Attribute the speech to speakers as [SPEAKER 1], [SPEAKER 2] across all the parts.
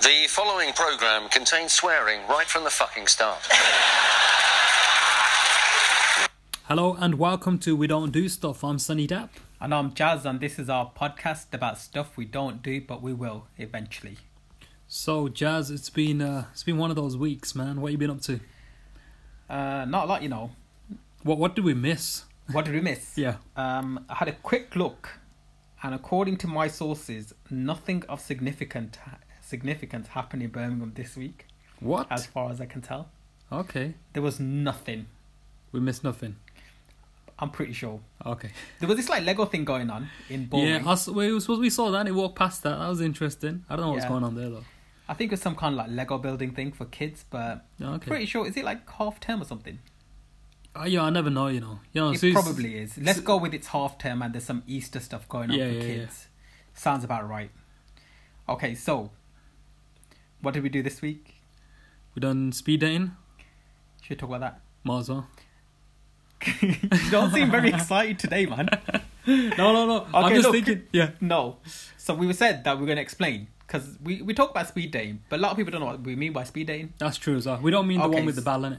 [SPEAKER 1] The following program contains swearing right from the fucking start.
[SPEAKER 2] Hello and welcome to We Don't Do Stuff. I'm Sunny Dapp.
[SPEAKER 3] And I'm Jazz, and this is our podcast about stuff we don't do, but we will eventually.
[SPEAKER 2] So Jazz, it's been uh, it's been one of those weeks, man. What you been up to?
[SPEAKER 3] Uh, not a lot, you know.
[SPEAKER 2] What what did we miss?
[SPEAKER 3] What did we miss?
[SPEAKER 2] Yeah.
[SPEAKER 3] Um, I had a quick look, and according to my sources, nothing of significant significance happened in Birmingham this week,
[SPEAKER 2] What?
[SPEAKER 3] as far as I can tell.
[SPEAKER 2] Okay.
[SPEAKER 3] There was nothing.
[SPEAKER 2] We missed nothing.
[SPEAKER 3] I'm pretty sure
[SPEAKER 2] Okay.
[SPEAKER 3] there was this like Lego thing going on in Bournemouth.
[SPEAKER 2] Yeah, us, we was we saw that and it walked past that. That was interesting. I don't know what's
[SPEAKER 3] Yeah.
[SPEAKER 2] going on there though.
[SPEAKER 3] I think it was some kind of like Lego building thing for kids, but
[SPEAKER 2] Yeah, Oh, Okay.
[SPEAKER 3] pretty sure is it like half term or something?
[SPEAKER 2] Uh, yeah, I never know, you know. You know,
[SPEAKER 3] It
[SPEAKER 2] so it's-
[SPEAKER 3] probably is. Let's go with it's half term and there's some Easter stuff going on
[SPEAKER 2] Yeah,
[SPEAKER 3] for
[SPEAKER 2] yeah, yeah.
[SPEAKER 3] kids. Sounds about right. Okay, so what did we do this week?
[SPEAKER 2] we done speed dating.
[SPEAKER 3] Should we talk about that?
[SPEAKER 2] Might as well.
[SPEAKER 3] you don't seem very excited today, man.
[SPEAKER 2] No, no, no. I'm
[SPEAKER 3] Okay,
[SPEAKER 2] just
[SPEAKER 3] look.
[SPEAKER 2] thinking. Yeah.
[SPEAKER 3] No. So we were said that we are going to explain because we, we talk about speed dating, but a lot of people don't know what we mean by speed dating.
[SPEAKER 2] That's true as well. We don't mean the
[SPEAKER 3] Okay,
[SPEAKER 2] one with the
[SPEAKER 3] s-
[SPEAKER 2] bell in it.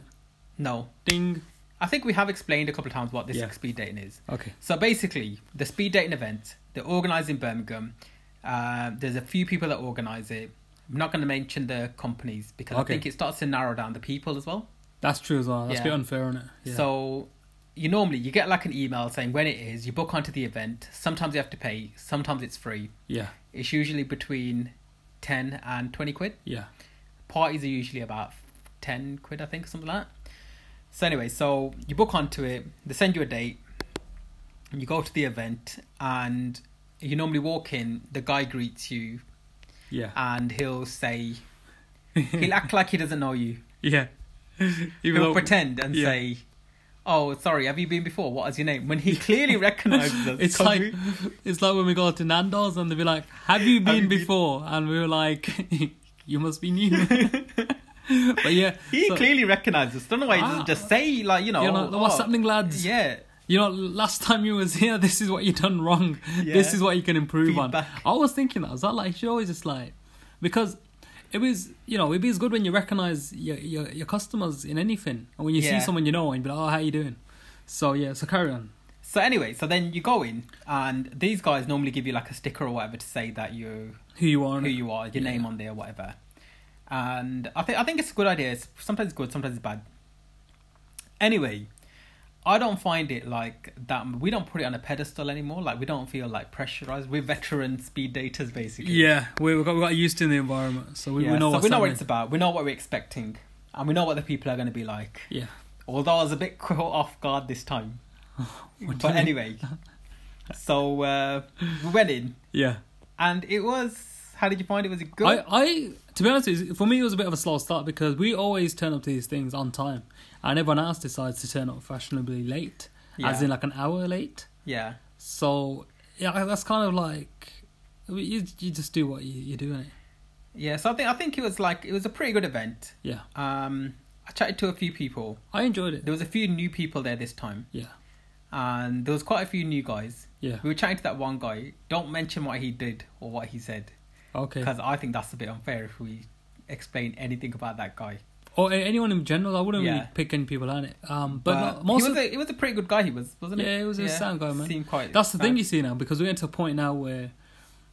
[SPEAKER 3] No.
[SPEAKER 2] Ding.
[SPEAKER 3] I think we have explained a couple of times what this
[SPEAKER 2] Yeah.
[SPEAKER 3] speed dating is.
[SPEAKER 2] Okay.
[SPEAKER 3] So basically, the speed dating event they're organised in Birmingham. Uh, there's a few people that organise it. I'm not going to mention the companies because
[SPEAKER 2] Okay.
[SPEAKER 3] I think it starts to narrow down the people as well.
[SPEAKER 2] That's true as well. That's a bit
[SPEAKER 3] Yeah.
[SPEAKER 2] unfair on it. Yeah.
[SPEAKER 3] So you normally you get like an email saying when it is. You book onto the event. Sometimes you have to pay. Sometimes it's free.
[SPEAKER 2] yeah.
[SPEAKER 3] It's usually between ten and twenty quid.
[SPEAKER 2] Yeah.
[SPEAKER 3] Parties are usually about ten quid, I think, something like that. So anyway, so you book onto it. They send you a date. You go to the event, and you normally walk in. The guy greets you,
[SPEAKER 2] Yeah.
[SPEAKER 3] and he'll say, he'll act like he doesn't know you.
[SPEAKER 2] Yeah. Even
[SPEAKER 3] He'll
[SPEAKER 2] though
[SPEAKER 3] pretend and
[SPEAKER 2] yeah.
[SPEAKER 3] say, "Oh, sorry, have you been before? What is your name?" When he clearly recognizes us.
[SPEAKER 2] it's
[SPEAKER 3] 'cause
[SPEAKER 2] like
[SPEAKER 3] we-
[SPEAKER 2] it's like when we go to Nando's and they'll be like, "Have you been
[SPEAKER 3] you been-
[SPEAKER 2] before?" And we were like, "You must be new." but yeah,
[SPEAKER 3] he
[SPEAKER 2] so,
[SPEAKER 3] clearly recognizes us. Don't know why he doesn't
[SPEAKER 2] Ah.
[SPEAKER 3] just say like you know.
[SPEAKER 2] you know, what's
[SPEAKER 3] "Oh,
[SPEAKER 2] happening, lads?
[SPEAKER 3] Yeah.
[SPEAKER 2] You know, last time you was here, this is what you done wrong.
[SPEAKER 3] Yeah.
[SPEAKER 2] This is what you can improve
[SPEAKER 3] Feedback.
[SPEAKER 2] on. I was thinking that. I was that like, she always just like, because it was, you know, it'd be as good when you recognize your your, your customers in anything, or when you
[SPEAKER 3] Yeah.
[SPEAKER 2] see someone you know and be like, "Oh, how you doing?" So yeah, so carry on.
[SPEAKER 3] So anyway, so then you go in, and these guys normally give you like a sticker or whatever to say that you
[SPEAKER 2] Who you are? and-
[SPEAKER 3] who you are, your
[SPEAKER 2] Yeah.
[SPEAKER 3] name on there, whatever. And I think I think it's a good idea. It's sometimes it's good, sometimes it's bad. Anyway, I don't find it like that. We don't put it on a pedestal anymore. Like we don't feel like pressurized. We're veteran speed daters, basically.
[SPEAKER 2] Yeah, we we got, we got used to the environment, so we,
[SPEAKER 3] Yeah,
[SPEAKER 2] we know
[SPEAKER 3] so
[SPEAKER 2] what's
[SPEAKER 3] we know what
[SPEAKER 2] happening.
[SPEAKER 3] it's about. We know what we're expecting, and we know what the people are going to be like.
[SPEAKER 2] Yeah,
[SPEAKER 3] Although I was a bit caught off guard this time.
[SPEAKER 2] What do
[SPEAKER 3] but
[SPEAKER 2] you mean?
[SPEAKER 3] anyway, so uh, we went in,
[SPEAKER 2] yeah.
[SPEAKER 3] and it was. How did you find it? Was it good?
[SPEAKER 2] I, I, to be honest, with you, for me it was a bit of a slow start because we always turn up to these things on time, and everyone else decides to turn up fashionably late, as
[SPEAKER 3] Yeah.
[SPEAKER 2] in like an hour late.
[SPEAKER 3] yeah.
[SPEAKER 2] So yeah, that's kind of like you you just do what you, you're doing. It.
[SPEAKER 3] Yeah, so I think I think it was like it was a pretty good event.
[SPEAKER 2] Yeah,
[SPEAKER 3] Um, I chatted to a few people.
[SPEAKER 2] I enjoyed it.
[SPEAKER 3] There was a few new people there this time,
[SPEAKER 2] Yeah,
[SPEAKER 3] and there was quite a few new guys.
[SPEAKER 2] yeah.
[SPEAKER 3] We were chatting to that one guy. Don't mention what he did or what he said,
[SPEAKER 2] Okay.
[SPEAKER 3] because I think that's a bit unfair if we explain anything about that guy.
[SPEAKER 2] Or a- anyone in general, I wouldn't
[SPEAKER 3] Yeah.
[SPEAKER 2] really pick any people on it. Um, but, no,
[SPEAKER 3] he
[SPEAKER 2] most
[SPEAKER 3] was
[SPEAKER 2] of
[SPEAKER 3] a, he was a pretty good guy. He was, wasn't he?
[SPEAKER 2] Yeah, he was a sound guy, man.
[SPEAKER 3] Seemed quite.
[SPEAKER 2] That's the thing
[SPEAKER 3] sound.
[SPEAKER 2] you see now because we're getting to a point now where,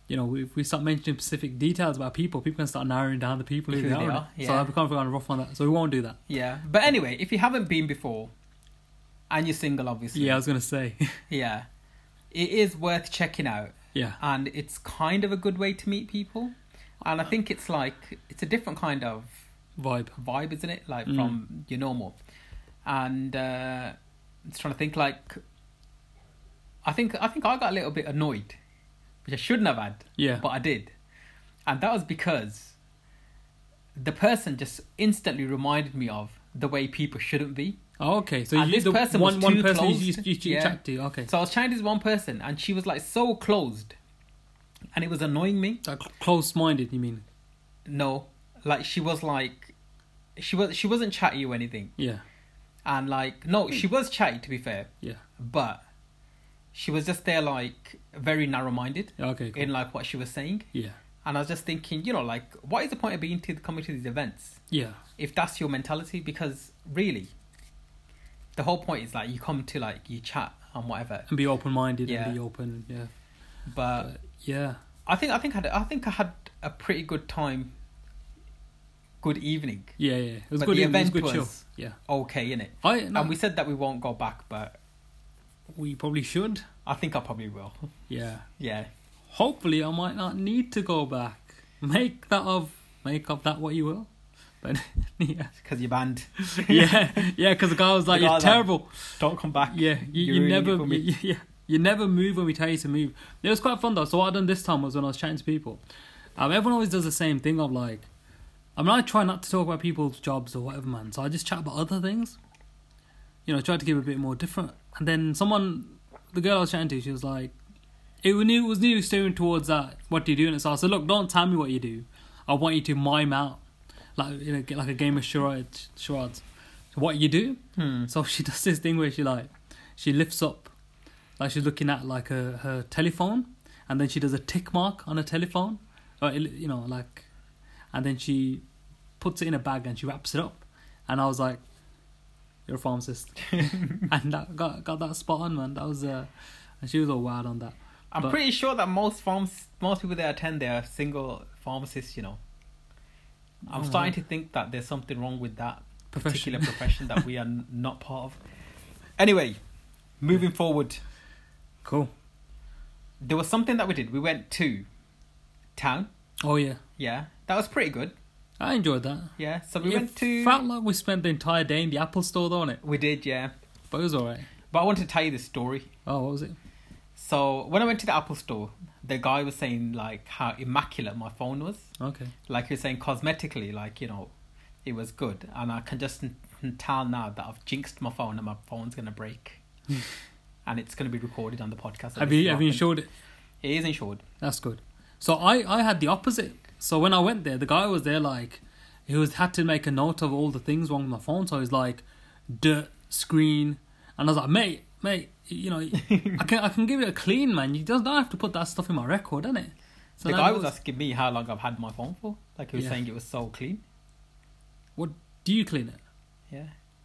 [SPEAKER 2] you know, if we start mentioning specific details about people, people can start narrowing down the people who, they are.
[SPEAKER 3] yeah.
[SPEAKER 2] So I've kind of gone rough on that. So we won't do that.
[SPEAKER 3] Yeah, but anyway, if you haven't been before, and you're single, obviously,
[SPEAKER 2] Yeah, I was gonna say.
[SPEAKER 3] yeah, it is worth checking out.
[SPEAKER 2] yeah,
[SPEAKER 3] and it's kind of a good way to meet people. And I think it's like it's a different kind of
[SPEAKER 2] vibe.
[SPEAKER 3] vibe, isn't it? Like
[SPEAKER 2] Mm.
[SPEAKER 3] from your normal. And uh, I'm just trying to think. Like, I think I think I got a little bit annoyed, which I shouldn't have had,
[SPEAKER 2] Yeah,
[SPEAKER 3] but I did, and that was because the person just instantly reminded me of the way people shouldn't be.
[SPEAKER 2] oh, okay. So
[SPEAKER 3] and
[SPEAKER 2] you,
[SPEAKER 3] this
[SPEAKER 2] the
[SPEAKER 3] person was
[SPEAKER 2] one one
[SPEAKER 3] too
[SPEAKER 2] person you- you,
[SPEAKER 3] closed.
[SPEAKER 2] you, you
[SPEAKER 3] Yeah.
[SPEAKER 2] chat to. Okay,
[SPEAKER 3] So I was chatting to this one person, and she was like so closed, and it was annoying me.
[SPEAKER 2] like Uh, close-minded. You mean?
[SPEAKER 3] No, like she was like, she was she wasn't chatty or anything,
[SPEAKER 2] Yeah,
[SPEAKER 3] and like no,
[SPEAKER 2] Hmm.
[SPEAKER 3] she was chatty to be fair,
[SPEAKER 2] yeah.
[SPEAKER 3] but she was just there like very narrow minded
[SPEAKER 2] Okay, cool.
[SPEAKER 3] in like what she was saying,
[SPEAKER 2] yeah,
[SPEAKER 3] And I was just thinking, you know, like, what is the point of being to coming to these events
[SPEAKER 2] Yeah.
[SPEAKER 3] if that's your mentality? Because really, the whole point is like you come to like you chat and whatever.
[SPEAKER 2] And be open minded
[SPEAKER 3] Yeah.
[SPEAKER 2] and be open. Yeah.
[SPEAKER 3] But
[SPEAKER 2] Yeah.
[SPEAKER 3] I think I think I had, I think I had a pretty good time. Good evening.
[SPEAKER 2] Yeah, yeah. It was
[SPEAKER 3] But
[SPEAKER 2] good.
[SPEAKER 3] the
[SPEAKER 2] it was
[SPEAKER 3] event
[SPEAKER 2] good show.
[SPEAKER 3] was-
[SPEAKER 2] Yeah.
[SPEAKER 3] Okay, innit?
[SPEAKER 2] I no,
[SPEAKER 3] And we
[SPEAKER 2] we,
[SPEAKER 3] said that we won't go back, but
[SPEAKER 2] probably should.
[SPEAKER 3] I think I probably will.
[SPEAKER 2] Yeah.
[SPEAKER 3] Yeah.
[SPEAKER 2] Hopefully I might not need to go back. Make that of make of that what you will. But yeah.
[SPEAKER 3] Because you're banned.
[SPEAKER 2] Yeah. Yeah, because the guy was like,
[SPEAKER 3] The guy
[SPEAKER 2] You're
[SPEAKER 3] was like,
[SPEAKER 2] terrible.
[SPEAKER 3] Don't come back.
[SPEAKER 2] Yeah, you,
[SPEAKER 3] You're
[SPEAKER 2] you
[SPEAKER 3] ruining it
[SPEAKER 2] never
[SPEAKER 3] for me.
[SPEAKER 2] you, you- yeah, you never move when we tell you to move. It was quite fun though. So what I done this time was when I was chatting to people, um, everyone always does the same thing of like, I mean I try not to talk about people's jobs or whatever man. So I just chat about other things. You know, try to give a bit more different. And then someone, the girl I was chatting to, she was like, it was new, it was new steering towards that. What do you do? And so I said, look, don't tell me what you do. I want you to mime out, like you know, get like a game of charades. charades. So what you do?
[SPEAKER 3] Hmm.
[SPEAKER 2] So she does this thing where she like she lifts up, like she's looking at like her, her telephone, and then she does a tick mark on her telephone, or it- you know like, and then she puts it in a bag and she wraps it up, and I was like, "You're a pharmacist," and that got got that spot on man. That was uh, and she was all wild on that.
[SPEAKER 3] I'm
[SPEAKER 2] But-
[SPEAKER 3] pretty sure that most farms, most people that attend, they're single pharmacists. You know, I'm
[SPEAKER 2] Oh,
[SPEAKER 3] starting to think that there's something wrong with that particular
[SPEAKER 2] Profession.
[SPEAKER 3] profession that we are n- not part of. Anyway, moving forward,
[SPEAKER 2] Cool.
[SPEAKER 3] there was something that we did. We went to town.
[SPEAKER 2] Oh yeah,
[SPEAKER 3] Yeah, that was pretty good.
[SPEAKER 2] I enjoyed that.
[SPEAKER 3] Yeah, so we
[SPEAKER 2] it
[SPEAKER 3] went to.
[SPEAKER 2] felt like we spent the entire day in the Apple store though on it,
[SPEAKER 3] We did, yeah.
[SPEAKER 2] but it was alright.
[SPEAKER 3] But I want to tell you this story.
[SPEAKER 2] Oh, what was it?
[SPEAKER 3] So when I went to the Apple store, the guy was saying like how immaculate my phone was.
[SPEAKER 2] Okay.
[SPEAKER 3] like you're saying cosmetically like you know it was good and i can just n- n- tell now that i've jinxed my phone and my phone's gonna break and it's gonna be recorded on the podcast that
[SPEAKER 2] Hmm. Have
[SPEAKER 3] this
[SPEAKER 2] you have you ensured
[SPEAKER 3] happened.
[SPEAKER 2] it?
[SPEAKER 3] it is insured
[SPEAKER 2] That's good. So I, I had the opposite. So when I went there, the guy was there like he was had to make a note of all the things wrong with my phone. So he's like dirt screen, and I was like, mate, mate, you know, I can I can give it a clean, man. You just don't have to put that stuff in my record, doesn't it? So
[SPEAKER 3] the
[SPEAKER 2] then
[SPEAKER 3] guy
[SPEAKER 2] it
[SPEAKER 3] was asking me how long i've had my phone for like he was
[SPEAKER 2] Yeah.
[SPEAKER 3] saying it was so clean
[SPEAKER 2] what do you clean it?
[SPEAKER 3] yeah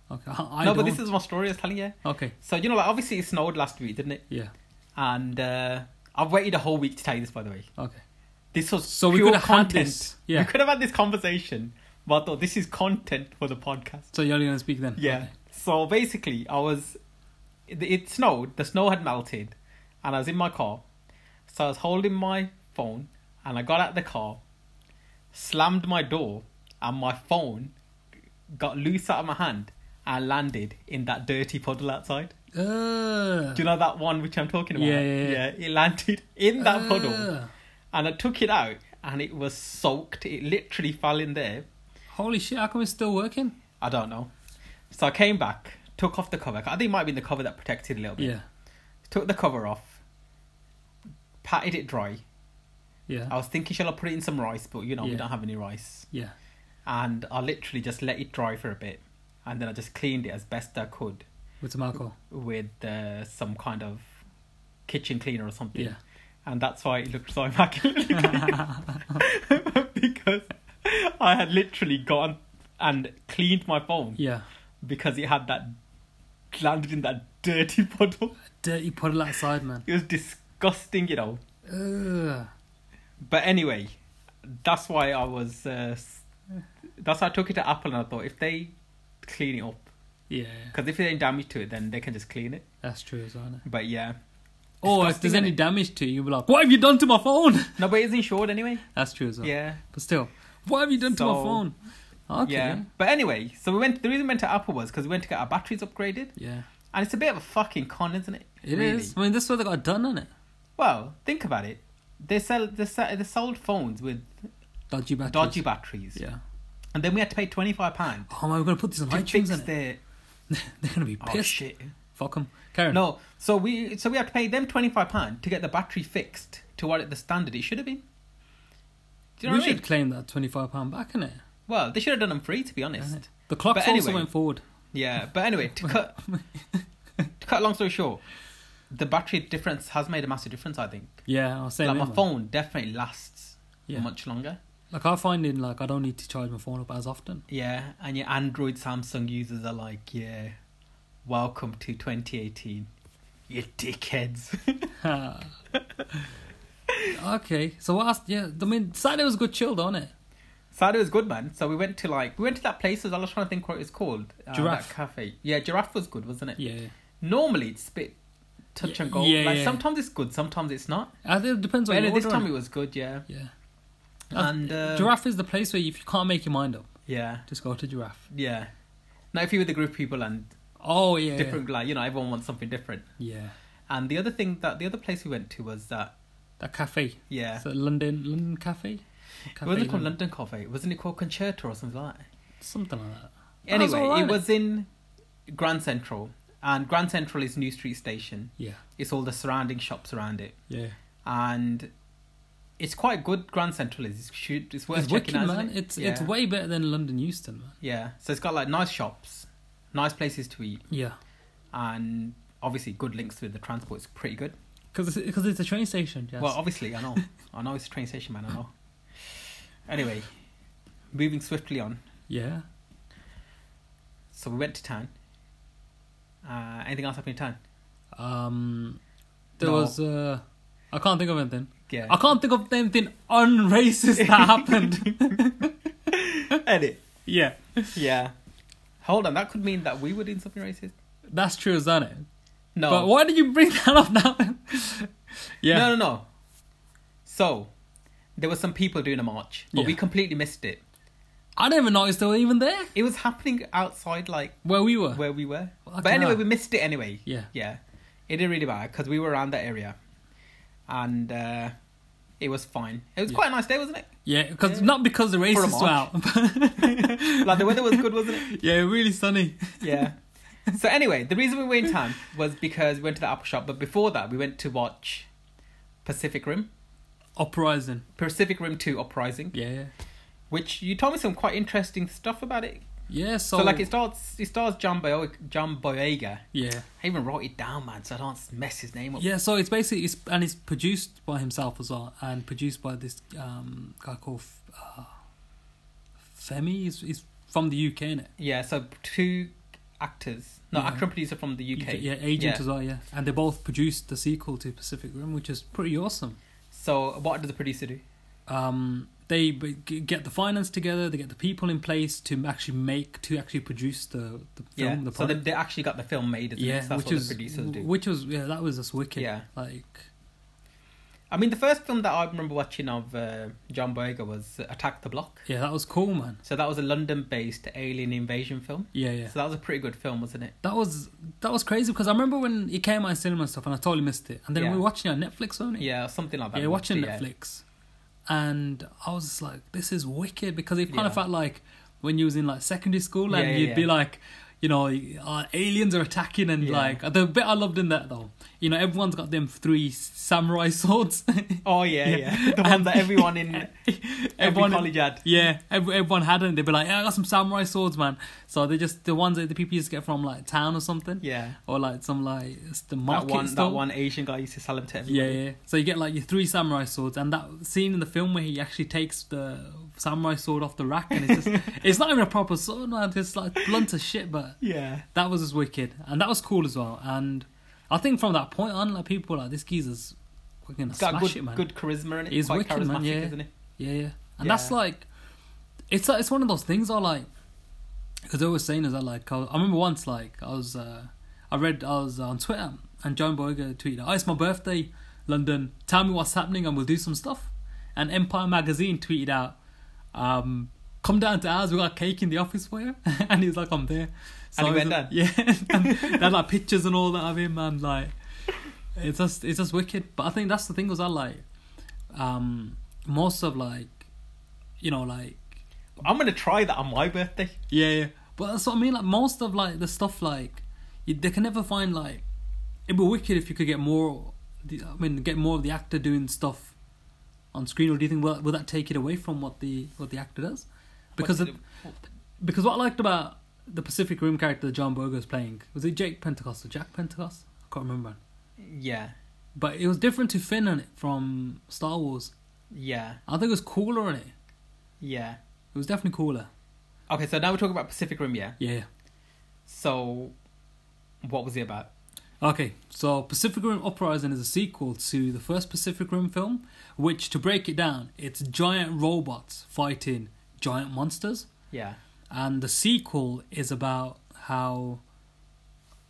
[SPEAKER 2] Okay, I, I
[SPEAKER 3] no
[SPEAKER 2] don't.
[SPEAKER 3] but this is my story i was telling you
[SPEAKER 2] okay.
[SPEAKER 3] so you know like obviously it snowed last week didn't it
[SPEAKER 2] Yeah.
[SPEAKER 3] and uh i've waited a whole week to tell you this by the way
[SPEAKER 2] Okay.
[SPEAKER 3] this was
[SPEAKER 2] So we
[SPEAKER 3] pure
[SPEAKER 2] could have had
[SPEAKER 3] content
[SPEAKER 2] this. Yeah.
[SPEAKER 3] we could have had this conversation but I thought this is content for the podcast
[SPEAKER 2] So you're only gonna speak then.
[SPEAKER 3] Yeah.
[SPEAKER 2] Okay.
[SPEAKER 3] So basically, I was. It, it snowed. The snow had melted, and I was in my car. So I was holding my phone, and I got out the car, slammed my door, and my phone got loose out of my hand and landed in that dirty puddle outside.
[SPEAKER 2] Uh,
[SPEAKER 3] Do you know that one which I'm talking about?
[SPEAKER 2] Yeah, yeah, yeah.
[SPEAKER 3] it landed in that puddle,
[SPEAKER 2] uh,
[SPEAKER 3] and I took it out, and it was soaked. It literally fell in there.
[SPEAKER 2] Holy shit! How come it's still working?
[SPEAKER 3] I don't know. So I came back, took off the cover. I think it might have been the cover that protected it a little bit.
[SPEAKER 2] Yeah.
[SPEAKER 3] Took the cover off, patted it dry.
[SPEAKER 2] Yeah.
[SPEAKER 3] I was thinking, shall I put it in some rice? But you know, we
[SPEAKER 2] Yeah.
[SPEAKER 3] don't have any rice.
[SPEAKER 2] yeah.
[SPEAKER 3] And I literally just let it dry for a bit. And then I just cleaned it as best I could
[SPEAKER 2] With some alcohol.
[SPEAKER 3] with uh, some kind of kitchen cleaner or something.
[SPEAKER 2] Yeah.
[SPEAKER 3] And that's why it looked so immaculately clean. because I had literally gone and cleaned my phone
[SPEAKER 2] Yeah.
[SPEAKER 3] because it had that landed in that dirty puddle.
[SPEAKER 2] Dirty puddle outside, man. Uh,
[SPEAKER 3] It was disgusting, you know.
[SPEAKER 2] Ugh.
[SPEAKER 3] But anyway, that's why I was. Uh, s- that's why I took it to Apple and I thought if they clean it up,
[SPEAKER 2] Yeah,
[SPEAKER 3] because if there's any damage to it, then they can just clean it.
[SPEAKER 2] that's true as well. Isn't it?
[SPEAKER 3] But yeah,
[SPEAKER 2] Or if
[SPEAKER 3] Disgusting,
[SPEAKER 2] there's any
[SPEAKER 3] innit?
[SPEAKER 2] damage to it, you'll be like, "What have you done to my phone?"
[SPEAKER 3] no, but it's insured anyway.
[SPEAKER 2] That's true as well.
[SPEAKER 3] Yeah,
[SPEAKER 2] But still, what have you done to my
[SPEAKER 3] So,
[SPEAKER 2] phone? Okay.
[SPEAKER 3] yeah.
[SPEAKER 2] Yeah.
[SPEAKER 3] But anyway, so we went. The reason we went to Apple was because we went to get our batteries upgraded, and it's a bit of a fucking con, isn't it?
[SPEAKER 2] It is. I mean, this is what they got done on it.
[SPEAKER 3] Well, think about it. They sell they sell, they sold phones with
[SPEAKER 2] Dodgy batteries.
[SPEAKER 3] dodgy batteries.
[SPEAKER 2] Yeah.
[SPEAKER 3] And then we had to pay twenty five pounds
[SPEAKER 2] Oh man, we're gonna put this on
[SPEAKER 3] to
[SPEAKER 2] iTunes.
[SPEAKER 3] fix
[SPEAKER 2] Isn't it?
[SPEAKER 3] their
[SPEAKER 2] They're gonna be
[SPEAKER 3] oh
[SPEAKER 2] pissed.
[SPEAKER 3] shit.
[SPEAKER 2] Fuck them. Karen.
[SPEAKER 3] No, so we so we have to pay them twenty five pound to get the battery fixed to what the standard it should have been. Do you know
[SPEAKER 2] we
[SPEAKER 3] what I
[SPEAKER 2] should
[SPEAKER 3] mean?
[SPEAKER 2] claim that twenty-five pound back in it.
[SPEAKER 3] Well, they should have done them free, to be honest.
[SPEAKER 2] The clocks
[SPEAKER 3] But
[SPEAKER 2] also
[SPEAKER 3] anyway-
[SPEAKER 2] went forward.
[SPEAKER 3] Yeah, but anyway, to cut to cut a long story short, the battery difference has made a massive difference. I think.
[SPEAKER 2] Yeah, I was saying.
[SPEAKER 3] Like my
[SPEAKER 2] that, man.
[SPEAKER 3] phone definitely lasts
[SPEAKER 2] Yeah.
[SPEAKER 3] much longer.
[SPEAKER 2] Like I find in like I don't need to charge my phone up as often.
[SPEAKER 3] Yeah, and your Android Samsung users are like, yeah, welcome to 2018, you dickheads.
[SPEAKER 2] okay, so what else? Yeah, I mean Saturday was a good chill, don't it?
[SPEAKER 3] Saturday was good, man. So we went to like we went to that place. as I was trying to think what it was called. Uh,
[SPEAKER 2] Giraffe.
[SPEAKER 3] that cafe. Yeah, giraffe was good, wasn't it?
[SPEAKER 2] Yeah,
[SPEAKER 3] Normally it's a bit touch
[SPEAKER 2] Yeah,
[SPEAKER 3] and go.
[SPEAKER 2] yeah,
[SPEAKER 3] like
[SPEAKER 2] yeah.
[SPEAKER 3] sometimes it's good, sometimes it's not.
[SPEAKER 2] I think it depends on
[SPEAKER 3] But
[SPEAKER 2] your
[SPEAKER 3] this
[SPEAKER 2] order,
[SPEAKER 3] time it
[SPEAKER 2] innit?
[SPEAKER 3] was good. Yeah.
[SPEAKER 2] Yeah,
[SPEAKER 3] And uh,
[SPEAKER 2] giraffe is the place where if you can't make your mind up,
[SPEAKER 3] Yeah,
[SPEAKER 2] just go to giraffe.
[SPEAKER 3] yeah. Now if you were the group of people and
[SPEAKER 2] Oh yeah,
[SPEAKER 3] different, like you know, everyone wants something different.
[SPEAKER 2] yeah,
[SPEAKER 3] And the other thing that the other place we went to was that
[SPEAKER 2] that cafe.
[SPEAKER 3] yeah,
[SPEAKER 2] Is that London London cafe.
[SPEAKER 3] it
[SPEAKER 2] cafe
[SPEAKER 3] wasn't called London Cafe. Wasn't it called Concerto or something like that?
[SPEAKER 2] Something like that. Oh, That's
[SPEAKER 3] Anyway,
[SPEAKER 2] alright.
[SPEAKER 3] it was in Grand Central, and Grand Central is New Street Station.
[SPEAKER 2] Yeah,
[SPEAKER 3] It's all the surrounding shops around it,
[SPEAKER 2] yeah.
[SPEAKER 3] and it's quite good. Grand Central is it's, shoot- it's worth
[SPEAKER 2] it's wicked,
[SPEAKER 3] checking out.
[SPEAKER 2] man.
[SPEAKER 3] Isn't it?
[SPEAKER 2] It's
[SPEAKER 3] yeah.
[SPEAKER 2] it's way better than London Euston, man.
[SPEAKER 3] yeah. So it's got like nice shops, nice places to eat,
[SPEAKER 2] Yeah,
[SPEAKER 3] and obviously good links with the transport. It's pretty good.
[SPEAKER 2] because because it's, a train station. Yes.
[SPEAKER 3] Well, obviously, I know, I know it's a train station, man. I know. Anyway, moving swiftly on.
[SPEAKER 2] yeah.
[SPEAKER 3] So we went to town. Uh, anything else happened in town?
[SPEAKER 2] Um, there
[SPEAKER 3] No.
[SPEAKER 2] was uh, I can't think of anything.
[SPEAKER 3] Yeah.
[SPEAKER 2] I can't think of anything unracist that happened.
[SPEAKER 3] Edit.
[SPEAKER 2] yeah,
[SPEAKER 3] Yeah. Hold on, that could mean that we were doing something racist.
[SPEAKER 2] that's true, isn't it?
[SPEAKER 3] No.
[SPEAKER 2] But why did you bring that up now? yeah,
[SPEAKER 3] No, no, no. So, there were some people doing a march, but
[SPEAKER 2] Yeah.
[SPEAKER 3] we completely missed it.
[SPEAKER 2] I didn't even notice they were even there
[SPEAKER 3] It was happening outside, like
[SPEAKER 2] where we were.
[SPEAKER 3] where we were.
[SPEAKER 2] Fucking
[SPEAKER 3] but anyway,
[SPEAKER 2] hell.
[SPEAKER 3] we missed it anyway.
[SPEAKER 2] Yeah.
[SPEAKER 3] Yeah. It didn't really matter because we were around that area, and uh, it was fine. It was
[SPEAKER 2] Yeah.
[SPEAKER 3] quite a nice day, wasn't it?
[SPEAKER 2] Yeah, because not because the racists were
[SPEAKER 3] march.
[SPEAKER 2] out.
[SPEAKER 3] Like the weather was good, wasn't it?
[SPEAKER 2] yeah, really sunny.
[SPEAKER 3] Yeah. so anyway, the reason we were in town was because we went to the Apple Shop, but before that, we went to watch Pacific Rim.
[SPEAKER 2] Uprising.
[SPEAKER 3] Pacific Rim 2 Uprising,
[SPEAKER 2] Yeah.
[SPEAKER 3] which you told me some quite interesting stuff about it.
[SPEAKER 2] Yeah, so,
[SPEAKER 3] So, like it starts it stars John Boyega. John Boyega.
[SPEAKER 2] yeah,
[SPEAKER 3] I even wrote it down, man, so I don't mess his name up.
[SPEAKER 2] yeah. So it's basically it's and it's produced by himself as well, and produced by this um guy called uh, Femi. Is is from the UK, innit?
[SPEAKER 3] Yeah, so two actors. No,
[SPEAKER 2] Yeah.
[SPEAKER 3] actor and producer from the UK.
[SPEAKER 2] Yeah, agent
[SPEAKER 3] Yeah.
[SPEAKER 2] as well. Yeah, and they both produced the sequel to Pacific Rim, which is pretty awesome.
[SPEAKER 3] So what does the producer do?
[SPEAKER 2] um, they b- g- get the finance together, they get the people in place to actually make to actually produce the, the film,
[SPEAKER 3] yeah.
[SPEAKER 2] the
[SPEAKER 3] so they,
[SPEAKER 2] product.
[SPEAKER 3] they actually got the film made, isn't it?
[SPEAKER 2] yeah,
[SPEAKER 3] So that's
[SPEAKER 2] which
[SPEAKER 3] what
[SPEAKER 2] is
[SPEAKER 3] the producers do.
[SPEAKER 2] which was yeah, that was just wicked.
[SPEAKER 3] Yeah.
[SPEAKER 2] like
[SPEAKER 3] I mean, the first film that I remember watching of uh, John Boyega was Attack the Block.
[SPEAKER 2] yeah, that was cool, man.
[SPEAKER 3] So that was a London-based alien invasion film.
[SPEAKER 2] Yeah, yeah,
[SPEAKER 3] So that was a pretty good film, wasn't it?
[SPEAKER 2] that was that was crazy because I remember when it came out in cinema and stuff, and I totally missed it. And then
[SPEAKER 3] Yeah.
[SPEAKER 2] we were watching it on Netflix, weren't it?
[SPEAKER 3] Yeah, something like that.
[SPEAKER 2] yeah, watching
[SPEAKER 3] Yeah.
[SPEAKER 2] Netflix, and I was just like, this is wicked because it kind
[SPEAKER 3] Yeah.
[SPEAKER 2] of felt like when you was in like secondary school and
[SPEAKER 3] Yeah, yeah,
[SPEAKER 2] you'd be
[SPEAKER 3] yeah.
[SPEAKER 2] like, you know, uh, aliens are attacking and
[SPEAKER 3] Yeah.
[SPEAKER 2] like the bit I loved in that though, you know, everyone's got them three samurai swords.
[SPEAKER 3] Oh yeah,
[SPEAKER 2] Yeah.
[SPEAKER 3] yeah. The one
[SPEAKER 2] And-
[SPEAKER 3] that everyone in every
[SPEAKER 2] Everyone-
[SPEAKER 3] college had.
[SPEAKER 2] Yeah, ev- everyone had them. They'd be like, yeah, I got some samurai swords, man. So they're just the ones that the people used to get from like town or something,
[SPEAKER 3] Yeah.
[SPEAKER 2] or like some like s- the
[SPEAKER 3] That
[SPEAKER 2] market
[SPEAKER 3] one,
[SPEAKER 2] store.
[SPEAKER 3] that one Asian guy used to sell them to
[SPEAKER 2] Yeah,
[SPEAKER 3] everyone.
[SPEAKER 2] yeah. So you get like your three samurai swords, and that scene in the film where he actually takes the samurai sword off the rack, and it's just—it's not even a proper sword, man. It's like blunt as shit. But
[SPEAKER 3] yeah,
[SPEAKER 2] that was just wicked, and that was cool as well. And I think from that point on, like people were like this geezer's fucking
[SPEAKER 3] It's got
[SPEAKER 2] smash
[SPEAKER 3] good,
[SPEAKER 2] it, man.
[SPEAKER 3] good charisma in it.
[SPEAKER 2] It is
[SPEAKER 3] Quite
[SPEAKER 2] wicked, man,
[SPEAKER 3] charismatic,
[SPEAKER 2] yeah.
[SPEAKER 3] isn't it?
[SPEAKER 2] Yeah, yeah. And that's
[SPEAKER 3] Yeah.
[SPEAKER 2] like, it's like, it's one of those things. I like, because I was saying is that like I, I remember once like I was uh, I read I was uh, on Twitter and John Boyega tweeted, "Oh, it's my birthday, London. Tell me what's happening and we'll do some stuff." And Empire magazine tweeted out, um, "Come down to ours. We got cake in the office for you." and he was like, "I'm there."
[SPEAKER 3] And
[SPEAKER 2] I
[SPEAKER 3] he
[SPEAKER 2] was
[SPEAKER 3] went
[SPEAKER 2] like-
[SPEAKER 3] down?
[SPEAKER 2] Yeah, and they had like pictures and all that of him and like. It's just it's just wicked, but I think that's the thing was I like, um, most of like, you know, like
[SPEAKER 3] I'm gonna try that on my birthday.
[SPEAKER 2] yeah, yeah. But that's what I mean. Like most of like the stuff, like you, they can never find like it'd be wicked if you could get more. The, I mean, get more of the actor doing stuff on screen. Or do you think will, will that take it away from what the what the actor does? Because
[SPEAKER 3] What-
[SPEAKER 2] it, because what I liked about the Pacific Rim character that John Bogo was playing was it Jake Pentecost or Jack Pentecost? I can't remember.
[SPEAKER 3] yeah,
[SPEAKER 2] But it was different to Finn in it from Star Wars.
[SPEAKER 3] Yeah.
[SPEAKER 2] I think it was cooler in it. It
[SPEAKER 3] Yeah.
[SPEAKER 2] was definitely cooler.
[SPEAKER 3] Okay, so now we're talking about Pacific Rim, yeah.
[SPEAKER 2] Yeah.
[SPEAKER 3] So, what was it about?
[SPEAKER 2] Okay, so Pacific Rim Uprising is a sequel to the first Pacific Rim film, which, to break it down, it's giant robots fighting giant monsters.
[SPEAKER 3] Yeah.
[SPEAKER 2] And the sequel is about how,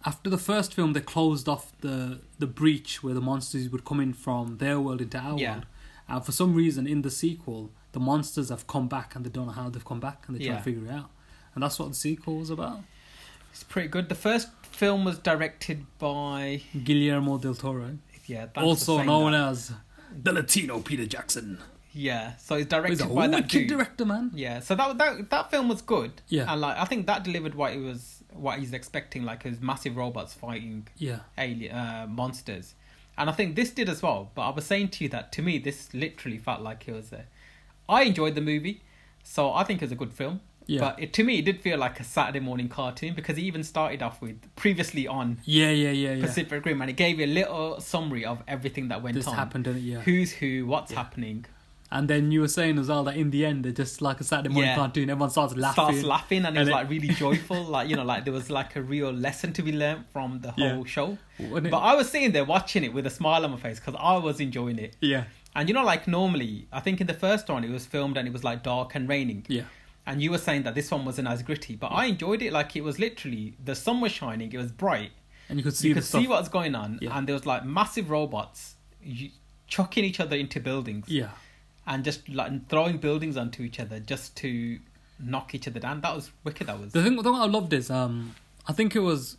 [SPEAKER 2] after the first film, they closed off the, the breach where the monsters would come in from their world into our
[SPEAKER 3] Yeah.
[SPEAKER 2] world. And for some reason, in the sequel, the monsters have come back and they don't know how they've come back and they're trying
[SPEAKER 3] Yeah.
[SPEAKER 2] to figure it out. And that's what the sequel was about.
[SPEAKER 3] It's pretty good. The first film was directed by.
[SPEAKER 2] Guillermo del Toro,
[SPEAKER 3] Yeah. That's the
[SPEAKER 2] also
[SPEAKER 3] same
[SPEAKER 2] known
[SPEAKER 3] guy.
[SPEAKER 2] as the Latino Peter Jackson.
[SPEAKER 3] Yeah. So it's
[SPEAKER 2] He's a
[SPEAKER 3] directed by that
[SPEAKER 2] wicked
[SPEAKER 3] dude.
[SPEAKER 2] director, man.
[SPEAKER 3] yeah. So that that that film was good.
[SPEAKER 2] Yeah.
[SPEAKER 3] And like I think that delivered what it was what he's expecting, like his massive robots fighting
[SPEAKER 2] Yeah,
[SPEAKER 3] alien uh, monsters, and I think this did as well. But I was saying to you that to me this literally felt like it was a. I enjoyed the movie, so I think it was a good film.
[SPEAKER 2] Yeah.
[SPEAKER 3] But it, to me, it did feel like a Saturday morning cartoon because it even started off with previously on
[SPEAKER 2] yeah, yeah, yeah, yeah.
[SPEAKER 3] Pacific Rim, and it gave you a little summary of everything that went
[SPEAKER 2] This
[SPEAKER 3] on.
[SPEAKER 2] happened, didn't it? Yeah.
[SPEAKER 3] Who's who? What's happening?
[SPEAKER 2] And then you were saying as well that in the end, they're just like a Saturday morning
[SPEAKER 3] Yeah.
[SPEAKER 2] cartoon. Everyone starts laughing.
[SPEAKER 3] Starts laughing, and
[SPEAKER 2] And
[SPEAKER 3] it was
[SPEAKER 2] it-
[SPEAKER 3] like really joyful. Like you know, like there was like a real lesson to be learned from the
[SPEAKER 2] Yeah.
[SPEAKER 3] whole show.
[SPEAKER 2] Wasn't it-
[SPEAKER 3] But I was sitting there watching it with a smile on my face because I was enjoying it.
[SPEAKER 2] Yeah,
[SPEAKER 3] And you know, like normally, I think in the first one it was filmed and it was like dark and raining.
[SPEAKER 2] yeah,
[SPEAKER 3] And you were saying that this one wasn't as gritty, but I enjoyed it. Like it was literally the sun was shining, it was bright.
[SPEAKER 2] and you could see
[SPEAKER 3] you
[SPEAKER 2] the
[SPEAKER 3] could
[SPEAKER 2] stuff.
[SPEAKER 3] see what's going on,
[SPEAKER 2] Yeah.
[SPEAKER 3] and there was like massive robots y- chucking each other into buildings
[SPEAKER 2] Yeah,
[SPEAKER 3] and just like throwing buildings onto each other just to knock each other down. That was wicked. That was
[SPEAKER 2] the thing, the thing I loved is, um, I think it was,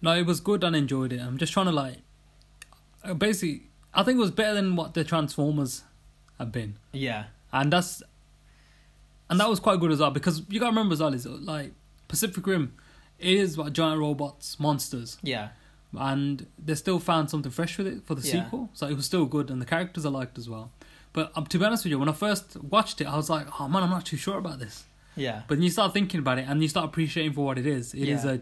[SPEAKER 2] no, it was good and enjoyed it. I'm just trying to like, uh, basically, I think it was better than what the Transformers have been.
[SPEAKER 3] yeah,
[SPEAKER 2] and that's and that was quite good as well because you gotta remember as well is like Pacific Rim, it is about giant robots, monsters,
[SPEAKER 3] yeah,
[SPEAKER 2] and they still found something fresh with it for the
[SPEAKER 3] Yeah.
[SPEAKER 2] sequel, so it was still good and the characters I liked as well. But um, to be honest with you, when I first watched it, I was like, oh man, I'm not too sure about this.
[SPEAKER 3] yeah,
[SPEAKER 2] But then you start thinking about it and you start appreciating for what it is. It is
[SPEAKER 3] Yeah.
[SPEAKER 2] a,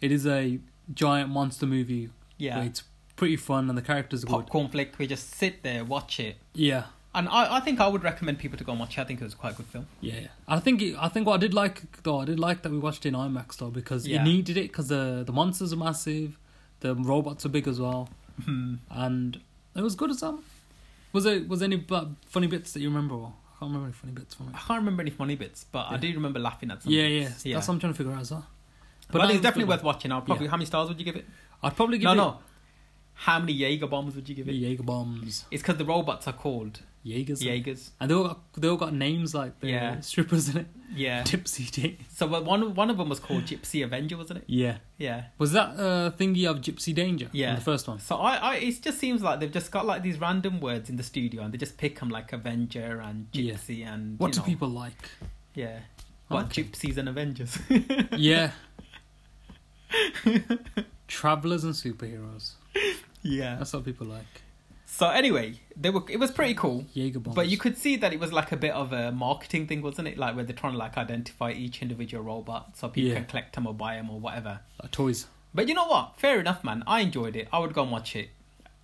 [SPEAKER 2] it is a giant monster movie.
[SPEAKER 3] Yeah.
[SPEAKER 2] where it's pretty fun and the characters are good.
[SPEAKER 3] popcorn flick. We just sit there, watch it,
[SPEAKER 2] Yeah.
[SPEAKER 3] and I, I think I would recommend people to go and watch. it. I think it was quite a good film.
[SPEAKER 2] Yeah, I think it, I think what I did like though I did like that we watched it in IMAX though because
[SPEAKER 3] Yeah.
[SPEAKER 2] you needed it because the the monsters are massive, the robots are big as well,
[SPEAKER 3] Hmm.
[SPEAKER 2] and it was good as well. Was there was there any like, funny bits that you remember? Or? I can't remember any funny bits from it.
[SPEAKER 3] I can't remember any funny bits, but I do remember laughing at some.
[SPEAKER 2] Yeah, yeah,
[SPEAKER 3] bits. yeah.
[SPEAKER 2] that's what I'm trying to figure out as well.
[SPEAKER 3] But
[SPEAKER 2] that
[SPEAKER 3] well, it's
[SPEAKER 2] was
[SPEAKER 3] definitely
[SPEAKER 2] good.
[SPEAKER 3] worth watching. I'll probably
[SPEAKER 2] Yeah.
[SPEAKER 3] how many stars would you give it?
[SPEAKER 2] I'd probably give
[SPEAKER 3] no,
[SPEAKER 2] it
[SPEAKER 3] no. How many Jaeger bombs would you give
[SPEAKER 2] the
[SPEAKER 3] it?
[SPEAKER 2] Jaeger bombs,
[SPEAKER 3] It's because the robots are called
[SPEAKER 2] Jaegers,
[SPEAKER 3] Jaegers.
[SPEAKER 2] and they all got they all got names like the
[SPEAKER 3] Yeah.
[SPEAKER 2] strippers in it,
[SPEAKER 3] Yeah.
[SPEAKER 2] Tipsy Dane.
[SPEAKER 3] So well, one one of them was called Gypsy Avenger, wasn't it?
[SPEAKER 2] Yeah,
[SPEAKER 3] Yeah.
[SPEAKER 2] was that uh, thingy of Gypsy Danger? from
[SPEAKER 3] Yeah.
[SPEAKER 2] the first one.
[SPEAKER 3] So I, I, it just seems like they've just got like these random words in the studio, and they just pick them like Avenger and
[SPEAKER 2] Yeah.
[SPEAKER 3] Gypsy and
[SPEAKER 2] What
[SPEAKER 3] you
[SPEAKER 2] do
[SPEAKER 3] know,
[SPEAKER 2] people like?
[SPEAKER 3] Yeah. What
[SPEAKER 2] Okay.
[SPEAKER 3] Gypsies and Avengers?
[SPEAKER 2] Yeah. Travelers and superheroes.
[SPEAKER 3] yeah.
[SPEAKER 2] That's what people like.
[SPEAKER 3] So anyway, they were. It was pretty cool.
[SPEAKER 2] Jaeger bombs.
[SPEAKER 3] But you could see that it was like a bit of a marketing thing, wasn't it? Like where they're trying to like identify each individual robot so people
[SPEAKER 2] Yeah.
[SPEAKER 3] can collect them or buy them or whatever.
[SPEAKER 2] like Uh, toys.
[SPEAKER 3] But you know what? Fair enough, man. I enjoyed it. I would go and watch it.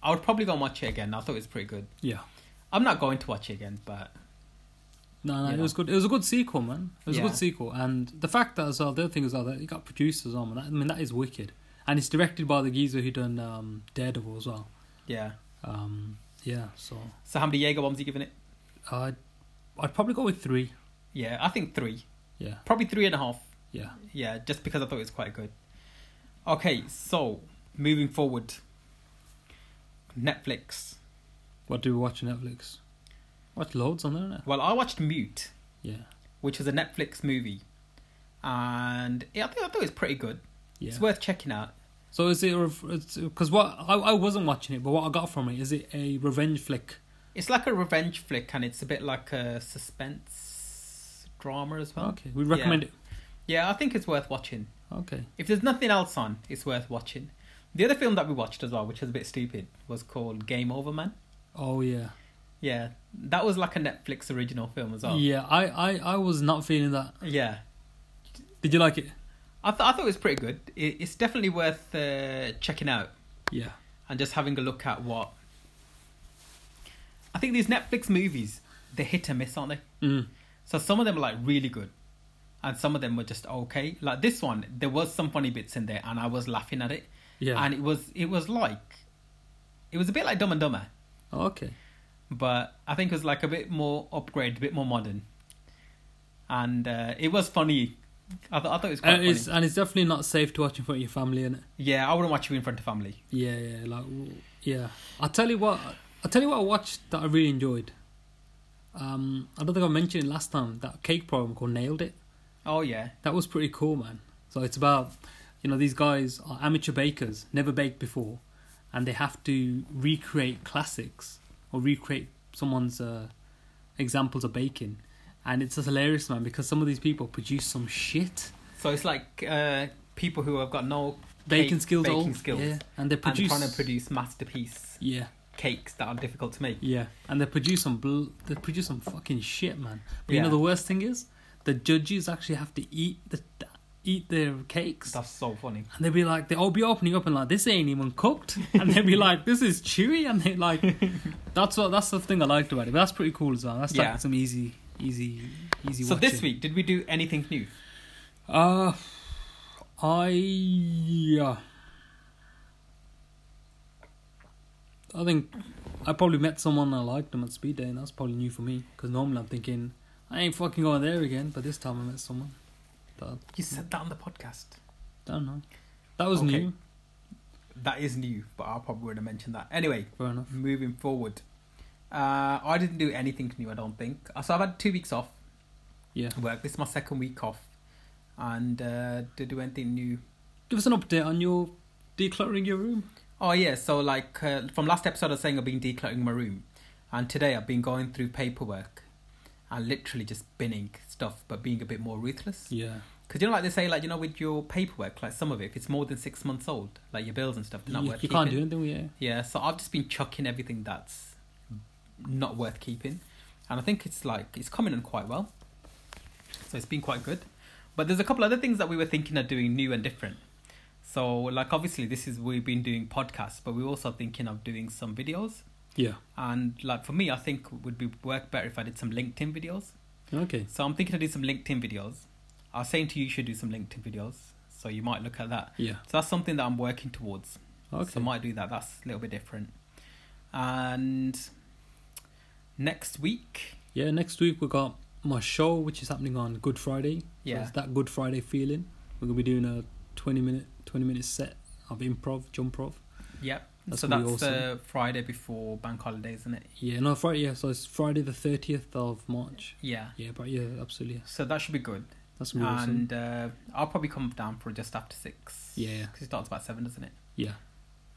[SPEAKER 3] I would probably go and watch it again. I thought it was pretty good.
[SPEAKER 2] Yeah.
[SPEAKER 3] I'm not going to watch it again, but
[SPEAKER 2] No, no,
[SPEAKER 3] Yeah.
[SPEAKER 2] it was good. It was a good sequel, man. It was a
[SPEAKER 3] Yeah.
[SPEAKER 2] good sequel, and the fact that as well, the other thing is well, that you got producers on. That, I mean, that is wicked, and it's directed by the geezer who done um, Daredevil as well.
[SPEAKER 3] yeah.
[SPEAKER 2] Um, yeah, so
[SPEAKER 3] So how many Jaeger bombs are you giving it?
[SPEAKER 2] I'd I'd probably go with three.
[SPEAKER 3] Yeah, I think three.
[SPEAKER 2] Yeah,
[SPEAKER 3] Probably three and a half.
[SPEAKER 2] yeah.
[SPEAKER 3] Yeah, just because I thought it was quite good. Okay, so moving forward. Netflix.
[SPEAKER 2] What do we watch on Netflix? Watch loads on there, innit?
[SPEAKER 3] Well, I watched Mute.
[SPEAKER 2] Yeah,
[SPEAKER 3] which was a Netflix movie, and yeah, I think I thought it was pretty good.
[SPEAKER 2] yeah.
[SPEAKER 3] It's worth checking out.
[SPEAKER 2] So is it because what I, I wasn't watching it, but what I got from it is it a revenge flick?
[SPEAKER 3] It's like a revenge flick, and it's a bit like a suspense drama as well.
[SPEAKER 2] Okay, we recommend
[SPEAKER 3] Oh, Yeah, I think it's worth watching.
[SPEAKER 2] it. Okay,
[SPEAKER 3] If there's nothing else on, it's worth watching. The other film that we watched as well, which was a bit stupid, was called Game Over Man.
[SPEAKER 2] oh yeah,
[SPEAKER 3] Yeah, that was like a Netflix original film as well.
[SPEAKER 2] yeah. I, I I was not feeling that.
[SPEAKER 3] Yeah.
[SPEAKER 2] Did you like it?
[SPEAKER 3] I, th- I thought it was pretty good. It- it's definitely worth uh, checking out.
[SPEAKER 2] Yeah,
[SPEAKER 3] and just having a look at what I think these Netflix movies, they're hit and miss, aren't they?
[SPEAKER 2] Mm.
[SPEAKER 3] So some of them are like really good, and some of them were just okay. Like this one, there was some funny bits in there, and I was laughing at it.
[SPEAKER 2] Yeah.
[SPEAKER 3] And it was it was like, it was a bit like Dumb and Dumber,
[SPEAKER 2] okay.
[SPEAKER 3] but I think it was like a bit more upgrade, a bit more modern, and uh, it was funny. I, th- I thought it was quite
[SPEAKER 2] And it's,
[SPEAKER 3] funny.
[SPEAKER 2] and it's definitely not safe to watch in front of your family, innit?
[SPEAKER 3] Yeah, I wouldn't watch you in front of family.
[SPEAKER 2] Yeah, yeah, like w- yeah. I'll tell you what. I'll tell you what I watched that I really enjoyed. Um, I don't think I mentioned it last time that cake program called Nailed It.
[SPEAKER 3] Oh yeah,
[SPEAKER 2] That was pretty cool, man. So it's about you know these guys are amateur bakers, never baked before, and they have to recreate classics or recreate someone's uh, examples of baking. And it's just hilarious, man, because some of these people produce some shit
[SPEAKER 3] so it's like uh, people who have got no
[SPEAKER 2] baking
[SPEAKER 3] cake-
[SPEAKER 2] skills,
[SPEAKER 3] baking
[SPEAKER 2] old,
[SPEAKER 3] skills,
[SPEAKER 2] yeah, and they produce,
[SPEAKER 3] and trying to produce masterpiece
[SPEAKER 2] yeah,
[SPEAKER 3] cakes that are difficult to make.
[SPEAKER 2] Yeah, and they produce some bl- they produce some fucking shit, man. But you
[SPEAKER 3] Yeah.
[SPEAKER 2] know the worst thing is, the judges actually have to eat the eat their cakes,
[SPEAKER 3] That's so funny.
[SPEAKER 2] and they'll be like, they'll be opening up and like, this ain't even cooked, and they'll be like, this is chewy, and they like, that's what that's the thing I liked about it. But that's pretty cool as well. That's
[SPEAKER 3] Yeah.
[SPEAKER 2] like some easy, easy, easy.
[SPEAKER 3] So this
[SPEAKER 2] watching.
[SPEAKER 3] week, did we do anything new?
[SPEAKER 2] uh, I yeah. I think I probably met someone I liked them at speed day, and that's probably new for me. Because normally I'm thinking I ain't fucking going there again, but this time I met someone. But
[SPEAKER 3] You said that on the podcast.
[SPEAKER 2] I don't know. That was
[SPEAKER 3] Okay.
[SPEAKER 2] new.
[SPEAKER 3] That is new, but I probably would have mentioned that. Anyway,
[SPEAKER 2] Fair enough.
[SPEAKER 3] moving forward. Uh, I didn't do anything new, I don't think. Uh, So I've had two weeks off
[SPEAKER 2] Yeah.
[SPEAKER 3] work. This is my second week off. And uh, did do anything new?
[SPEAKER 2] Give us an update on your decluttering your room.
[SPEAKER 3] Oh, yeah. So, like, uh, from last episode, I was saying I've been decluttering my room. And today I've been going through paperwork and literally just binning stuff, but being a bit more ruthless.
[SPEAKER 2] Yeah.
[SPEAKER 3] Because you know, like they say, like you know, with your paperwork, like some of it, if it's more than six months old, like your bills and stuff, they're not
[SPEAKER 2] You,
[SPEAKER 3] worth
[SPEAKER 2] you
[SPEAKER 3] keeping.
[SPEAKER 2] can't do anything with it.
[SPEAKER 3] Yeah, so I've just been chucking everything that's not worth keeping, and I think it's like it's coming in quite well. So it's been quite good, but there's a couple other things that we were thinking of doing new and different. So like obviously this is we've been doing podcasts, but we're also thinking of doing some videos.
[SPEAKER 2] Yeah.
[SPEAKER 3] And like for me, I think it would be work better if I did some LinkedIn videos.
[SPEAKER 2] Okay.
[SPEAKER 3] So I'm thinking of doing some LinkedIn videos. I was saying to you, you should do some LinkedIn videos. So you might look at that.
[SPEAKER 2] Yeah.
[SPEAKER 3] So that's something that I'm working towards.
[SPEAKER 2] Okay.
[SPEAKER 3] So I might do that. That's a little bit different. And next week,
[SPEAKER 2] Yeah, next week we got my show, which is happening on Good Friday.
[SPEAKER 3] Yeah.
[SPEAKER 2] so it's that Good Friday feeling. We're gonna be doing a twenty minute, twenty minute set of improv, jump off.
[SPEAKER 3] yep.
[SPEAKER 2] That's
[SPEAKER 3] so
[SPEAKER 2] gonna
[SPEAKER 3] that's
[SPEAKER 2] be
[SPEAKER 3] the Friday before bank holiday, isn't it?
[SPEAKER 2] Yeah, no Friday. Yeah, so it's Friday the thirtieth of March.
[SPEAKER 3] Yeah.
[SPEAKER 2] Yeah, but yeah, absolutely. Yeah.
[SPEAKER 3] So that should be good.
[SPEAKER 2] That's gonna be awesome.
[SPEAKER 3] And uh, I'll probably come down for just after six.
[SPEAKER 2] Yeah.
[SPEAKER 3] Because it starts about seven, doesn't it?
[SPEAKER 2] Yeah,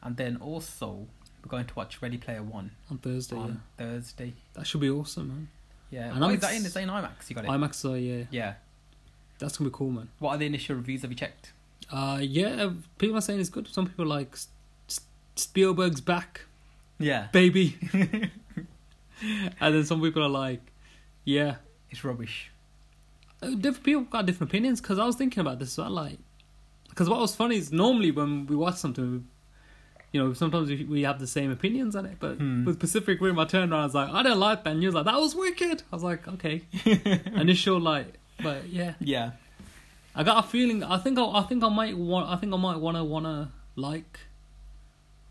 [SPEAKER 3] And then also, we're going to watch Ready Player One
[SPEAKER 2] on Thursday.
[SPEAKER 3] on
[SPEAKER 2] Yeah,
[SPEAKER 3] Thursday.
[SPEAKER 2] that should be awesome, man.
[SPEAKER 3] Yeah.
[SPEAKER 2] And
[SPEAKER 3] oh,
[SPEAKER 2] I'm
[SPEAKER 3] is that
[SPEAKER 2] s-
[SPEAKER 3] in? Is that in IMAX? You got it?
[SPEAKER 2] IMAX. So yeah,
[SPEAKER 3] Yeah.
[SPEAKER 2] that's gonna be cool, man.
[SPEAKER 3] What are the initial reviews? Have you checked?
[SPEAKER 2] Uh, yeah, people are saying it's good. Some people are like S- S- Spielberg's back.
[SPEAKER 3] Yeah.
[SPEAKER 2] baby. and then some people are like, yeah.
[SPEAKER 3] It's rubbish.
[SPEAKER 2] Uh, Different people got different opinions because I was thinking about this. So I like, because what was funny is normally when we watch something, you know, sometimes we, we have the same opinions on it. But
[SPEAKER 3] Hmm.
[SPEAKER 2] with Pacific Rim, I turned around, I was like, I don't like that. And you was like, that was wicked. I was like, okay. Initial like, but yeah,
[SPEAKER 3] Yeah.
[SPEAKER 2] I got a feeling. I think I, I think I might want. I think I might wanna wanna like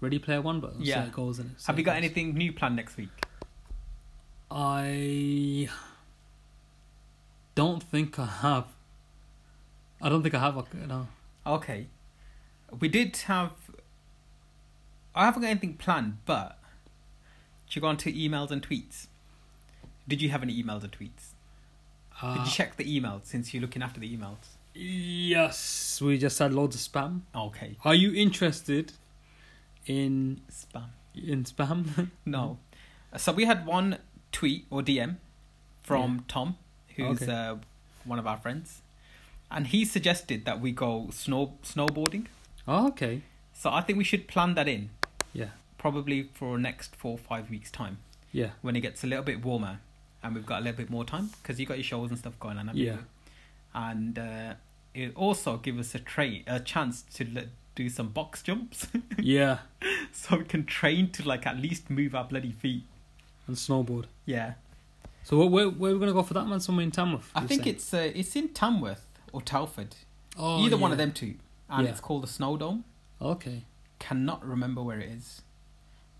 [SPEAKER 2] Ready Player One, but
[SPEAKER 3] Yeah.
[SPEAKER 2] yeah, goals in it.
[SPEAKER 3] Have you got
[SPEAKER 2] anything?
[SPEAKER 3] anything new planned next week?
[SPEAKER 2] I don't think I have. I don't think I have. a- No.
[SPEAKER 3] Okay. We did have. I haven't got anything planned, but. Did you go on to emails and tweets? Did you have any emails or tweets? Did
[SPEAKER 2] Uh,
[SPEAKER 3] you check the emails since you're looking after the emails?
[SPEAKER 2] yes, we just had loads of spam.
[SPEAKER 3] Okay.
[SPEAKER 2] Are you interested in
[SPEAKER 3] Spam.
[SPEAKER 2] in spam?
[SPEAKER 3] No. So we had one tweet or DM from Tom, who's
[SPEAKER 2] Okay.
[SPEAKER 3] uh, one of our friends, and he suggested that we go snow snowboarding.
[SPEAKER 2] oh, okay.
[SPEAKER 3] So I think we should plan that in
[SPEAKER 2] Yeah.
[SPEAKER 3] probably for next four or five weeks time
[SPEAKER 2] Yeah.
[SPEAKER 3] when it gets a little bit warmer and we've got a little bit more time because you got your showers and stuff going on. haven't
[SPEAKER 2] Yeah.
[SPEAKER 3] you? And uh, it also give us a train a chance to l- do some box jumps
[SPEAKER 2] Yeah.
[SPEAKER 3] so we can train to like at least move our bloody feet.
[SPEAKER 2] and snowboard.
[SPEAKER 3] Yeah.
[SPEAKER 2] So where where, where are we gonna go for that man? Somewhere in Tamworth.
[SPEAKER 3] I
[SPEAKER 2] you're
[SPEAKER 3] think
[SPEAKER 2] saying?
[SPEAKER 3] it's uh, it's in Tamworth or Telford,
[SPEAKER 2] Oh,
[SPEAKER 3] either one of
[SPEAKER 2] yeah.
[SPEAKER 3] them two, and
[SPEAKER 2] Yeah.
[SPEAKER 3] it's called the Snow Dome.
[SPEAKER 2] Okay.
[SPEAKER 3] Cannot remember where it is,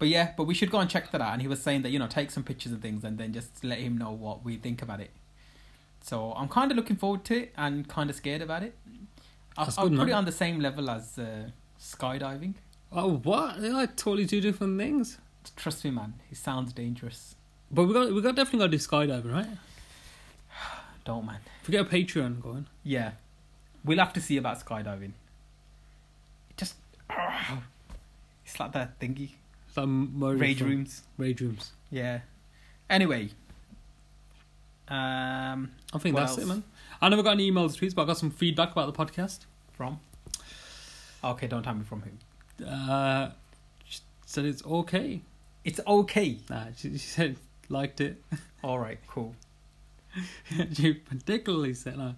[SPEAKER 3] but yeah, but we should go and check that out. And he was saying that you know take some pictures and things, and then just let him know what we think about it. So I'm kind of looking forward to it and kind of scared about it. I,
[SPEAKER 2] That's
[SPEAKER 3] I'll
[SPEAKER 2] good,
[SPEAKER 3] put
[SPEAKER 2] man.
[SPEAKER 3] it on the same level as uh, skydiving.
[SPEAKER 2] Oh what? They are totally two different things.
[SPEAKER 3] Trust me, man. It sounds dangerous.
[SPEAKER 2] But we got we got definitely got to do skydiving, right?
[SPEAKER 3] Don't man.
[SPEAKER 2] If we get a Patreon going.
[SPEAKER 3] Yeah, we'll have to see about skydiving. It just it's like that thingy
[SPEAKER 2] It's like Mario
[SPEAKER 3] rage
[SPEAKER 2] from-
[SPEAKER 3] rooms.
[SPEAKER 2] Rage rooms.
[SPEAKER 3] Yeah. Anyway, um,
[SPEAKER 2] I think
[SPEAKER 3] What
[SPEAKER 2] that's
[SPEAKER 3] else?
[SPEAKER 2] it, man. I never got any emails, or tweets, but I got some feedback about the podcast.
[SPEAKER 3] from okay, don't tell me from who.
[SPEAKER 2] Uh, she said it's okay.
[SPEAKER 3] It's okay.
[SPEAKER 2] Nah, she, she said liked it.
[SPEAKER 3] All right, cool.
[SPEAKER 2] she particularly said no.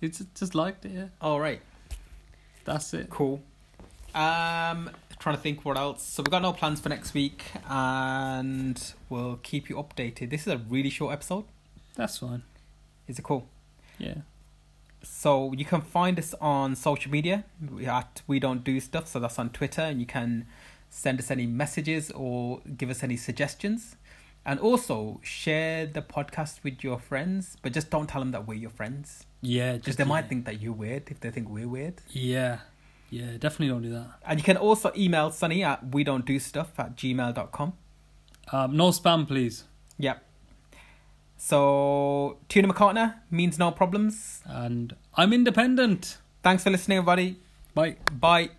[SPEAKER 2] It's just liked it. Yeah,
[SPEAKER 3] All right,
[SPEAKER 2] that's it.
[SPEAKER 3] cool. Um, trying to think what else. So we've got no plans for next week, and we'll keep you updated. This is a really short episode.
[SPEAKER 2] That's fine.
[SPEAKER 3] Is it cool?
[SPEAKER 2] Yeah.
[SPEAKER 3] So you can find us on social media we at We Don't Do Stuff. So that's on Twitter, and you can send us any messages or give us any suggestions. And also share the podcast with your friends, but just don't tell them that we're your friends
[SPEAKER 2] Yeah.
[SPEAKER 3] because they might think that you're weird if they think we're weird.
[SPEAKER 2] Yeah. Yeah. Definitely don't do that.
[SPEAKER 3] And you can also email Sunny at we don't do stuff at gmail.com.
[SPEAKER 2] Um, no spam, please.
[SPEAKER 3] Yep. So Tuna McCartney means no problems.
[SPEAKER 2] And I'm independent.
[SPEAKER 3] Thanks for listening, everybody.
[SPEAKER 2] Bye.
[SPEAKER 3] Bye.